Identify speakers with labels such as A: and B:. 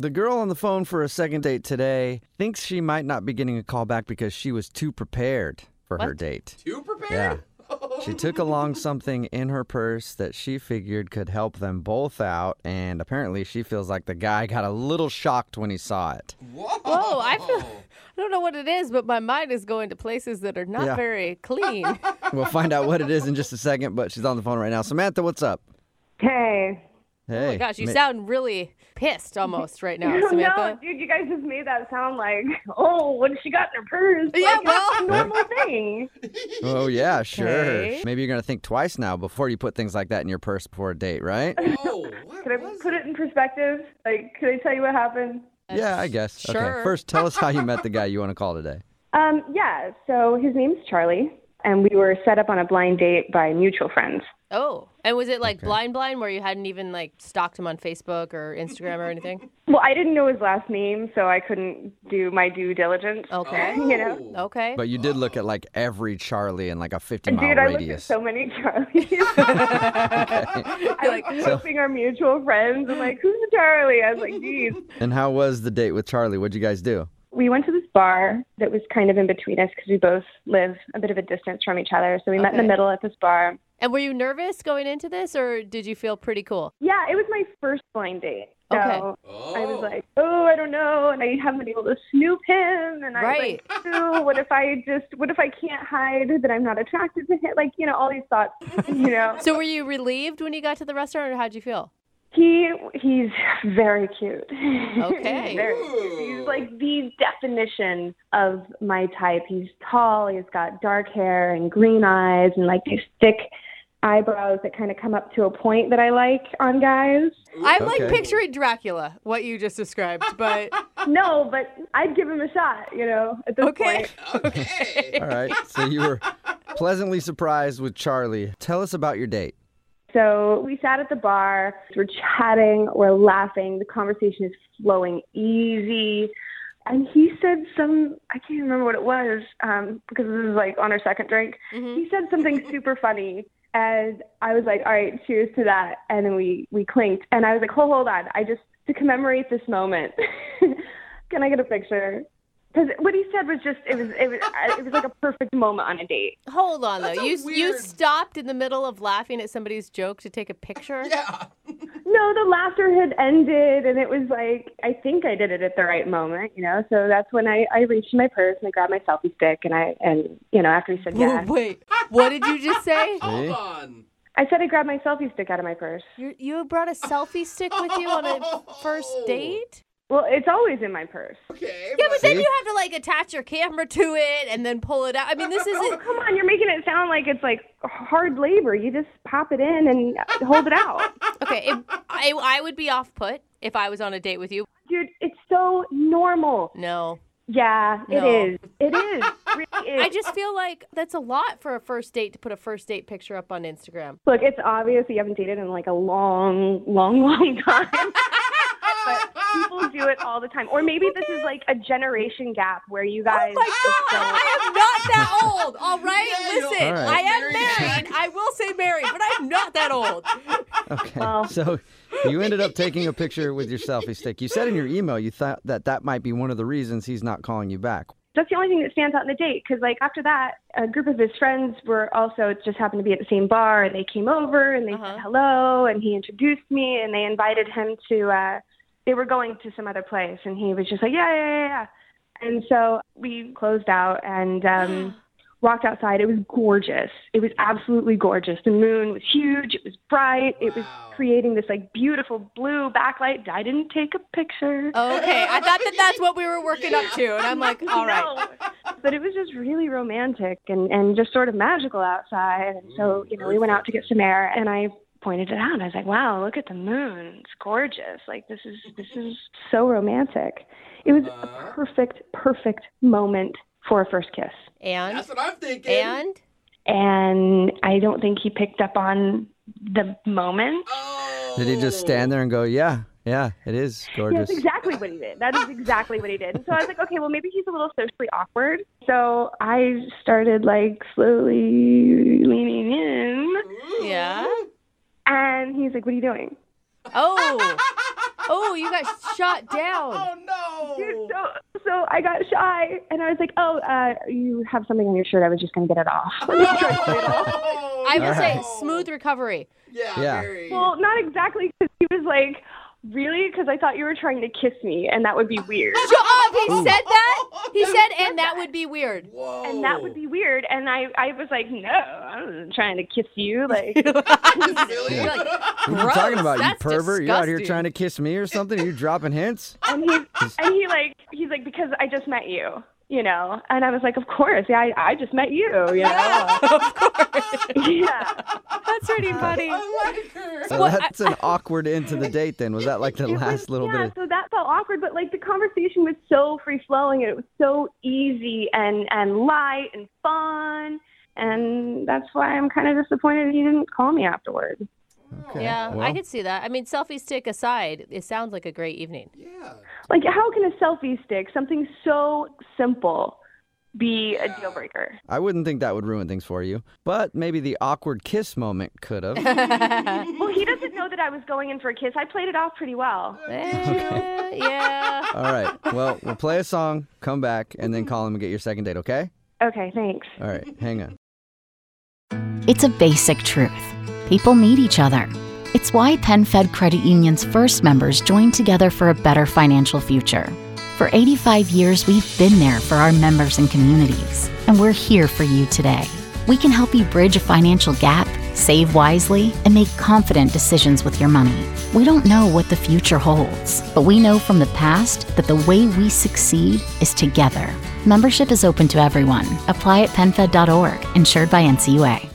A: The girl on the phone for a second date today thinks she might not be getting a call back because she was too prepared for her date.
B: Too
A: Yeah.
B: prepared? Oh.
A: She took along something in her purse that she figured could help them both out, and apparently she feels like the guy got a little shocked when he saw it.
C: Whoa, I feel I don't know what it is, but my mind is going to places that are not
A: Yeah.
C: very clean.
A: We'll find out what it is in just a second, but she's on the phone right now. Samantha, what's up?
D: Hey.
A: Hey.
C: Oh my gosh, you
A: Ma-
C: sound really pissed almost right now,
D: No,
C: Oh, Samantha.
D: dude, you guys just made that sound like, oh, what she got in her purse.
C: Yeah,
D: like, that's a normal thing.
A: Oh yeah, sure.
C: Okay.
A: Maybe you're gonna think twice now before you put things like that in your purse before a date, right?
B: Oh, what
D: Could I
B: was
D: put it in perspective? Like, could I tell you what happened?
A: yeah, I guess. Okay.
C: sure.
A: First, tell us how you met the guy you want to call today.
D: Um, yeah, so his name's Charlie, and we were set up on a blind date by mutual friends.
C: Oh, and was it like blind blind where you hadn't even like stalked him on Facebook or Instagram or anything?
D: Well, I didn't know his last name, so I couldn't do my due diligence.
C: Okay.
D: You know?
C: Okay.
A: But you did look at like every Charlie in like a 50 mile
D: Dude, I looked at
A: radius.
D: so many Charlies. I was hoping our mutual friends. I'm like, who's the Charlie? I was like, geez.
A: and how was the date with Charlie? What'd you guys do?
D: we went to this bar that was kind of in between us because we both live a bit of a distance from each other. So we met in the
C: Okay.
D: middle at this bar.
C: And were you nervous going into this or did you feel pretty cool?
D: Yeah, it was my first blind date. So
C: Okay.
D: I was like, oh, I don't know, and I haven't been able to snoop him, and I was like, oh, what if I just, what if I can't hide that I'm not attracted to him? Like, you know, all these thoughts. You know,
C: So were you relieved when you got to the restaurant or how'd you feel?
D: he he's very cute.
C: Okay.
D: He's very cute. He's like the definition of my type. He's tall. He's got dark hair and green eyes and like these thick eyebrows that kind of come up to a point that I like on guys.
C: I'm like
A: Okay.
C: picturing Dracula, what you just described, but
D: No, but I'd give him a shot. You know, at this
C: Okay.
D: point.
B: okay.
A: All right. So you were pleasantly surprised with Charlie. Tell us about your date.
D: So we sat at the bar, we're chatting, we're laughing, the conversation is flowing easy. And he said some, I can't remember what it was, um, because this is like on our second drink. He said something super funny. And I was like, all right, cheers to that. And then we, we clinked. And I was like, hold, hold on. I just, to commemorate this moment, can I get a picture? Because what he said was just, it was, it was, it was like a perfect moment on a date.
C: hold on though.
B: That's a
C: You you
B: weird-
C: stopped in the middle of laughing at somebody's joke to take a picture?
B: Yeah.
D: No, the laughter had ended, and it was like I think I did it at the right moment, you know. So that's when I I reached in my purse and I grabbed my selfie stick, and I and you know after he said yeah,
C: Wait, what did you just say?
B: Hold on.
D: I said I grabbed my selfie stick out of my purse.
C: you you brought a selfie stick with you on a first date?
D: Well, it's always in my purse.
B: Okay.
C: Yeah, but then
A: See?
C: you have to like attach your camera to it and then pull it out. I mean, this isn't.
D: Come on, you're making it sound like it's like hard labor. You just pop it in and hold it out.
C: Okay, it, I I would be off put if I was on a date with you.
D: Dude, it's so normal.
C: No,
D: Yeah, it
C: No.
D: is. It is. It really is.
C: I just feel like that's a lot for a first date to put a first date picture up on Instagram.
D: Look, it's obvious you haven't dated in like a long, long, long time. but people do it all the time. Or maybe this is like a generation gap where you guys. just don't-
C: I am not that old. All right, listen,
A: All right.
C: I am married. I will say married, but I'm not that old.
A: Okay.
D: Oh.
A: So you ended up taking a picture with your selfie stick. You said in your email you thought that that might be one of the reasons he's not calling you back.
D: That's the only thing that stands out in the date. Because like after that, a group of his friends were also just happened to be at the same bar, and they came over and they said hello, and he introduced me, and they invited him to. uh They were going to some other place, and he was just like, yeah, yeah, yeah. yeah. And so we closed out and. um Walked outside. It was gorgeous. It was absolutely gorgeous. The moon was huge. It was bright. It was creating this like beautiful blue backlight. I didn't take a picture.
C: Okay, I thought that that's what we were working up to, and I'm like, all right.
D: No. But it was just really
C: Mm,
D: romantic and, and just sort of magical outside. And so, you know, we went out to get some air and I pointed it out. I was like, "Wow, look at the moon. It's gorgeous. Like this is this is so romantic." It was
C: Uh-huh.
D: a perfect perfect moment for a first kiss.
C: And
B: That's what I'm thinking.
C: and
D: And I don't think he picked up on the moment.
B: Oh.
A: Did he just stand there and go, yeah, yeah, it is gorgeous?
D: That's exactly what he did. That is exactly what he did. And so I was like, okay, well maybe he's a little socially awkward. So I started like slowly leaning in,
C: yeah.
B: Mm.
D: and he's like, "What are you doing?"
C: Oh, oh, you got shot down.
B: Oh no.
D: Dude, so, so I got shy and I was like, oh, uh, you have something on your shirt. I was just going to get it off.
B: Oh,
C: I will say,
B: no.
C: smooth recovery.
B: Yeah.
A: Yeah.
B: Very.
D: well, not exactly because he was like, really? Because I thought you were trying to kiss me and that would be weird.
C: Shut up! He said that. He said, and that would be weird.
B: Whoa.
D: And that would be weird. And I, I was like, no, I wasn't trying to kiss you. Like,
B: Silly.
C: You're like,
A: What are you talking
C: Gross,
A: about, you
C: that's
A: pervert? You're out here
C: disgusting.
A: trying to kiss me or something? Are you dropping hints?
D: and he, and he like, he's like, because I just met you, you know? And I was like, of course. Yeah, I, I just met you, you know? yeah.
C: That's pretty funny.
B: I like her.
A: So that's an awkward end to the date then. Was that like the
D: It was-
A: last little
D: yeah,
A: bit of
D: so that felt awkward, but like the conversation was so free flowing and it was so easy and and light and fun, and that's why I'm kind of disappointed he didn't call me afterward.
A: Okay,
C: Yeah, I
A: well.
C: could see that. I mean, selfie stick aside, it sounds like a great evening.
B: Yeah.
D: Like, how can a selfie stick, something so simple, be a deal breaker?
A: I wouldn't think that would ruin things for you, but maybe the awkward kiss moment could have.
D: Well, he doesn't know that I was going in for a kiss. I played it off pretty well.
C: Eh, yeah.
A: All right. Well, we'll play a song, come back, and then call him and get your second date, okay?
D: Okay, thanks.
A: All right. Hang on.
E: It's a basic truth. People need each other. It's why PenFed Credit Union's first members joined together for a better financial future. For 85 years, we've been there for our members and communities, and we're here for you today. We can help you bridge a financial gap, save wisely, and make confident decisions with your money. We don't know what the future holds, but we know from the past that the way we succeed is together. Membership is open to everyone. Apply at penfed.org, insured by NCUA.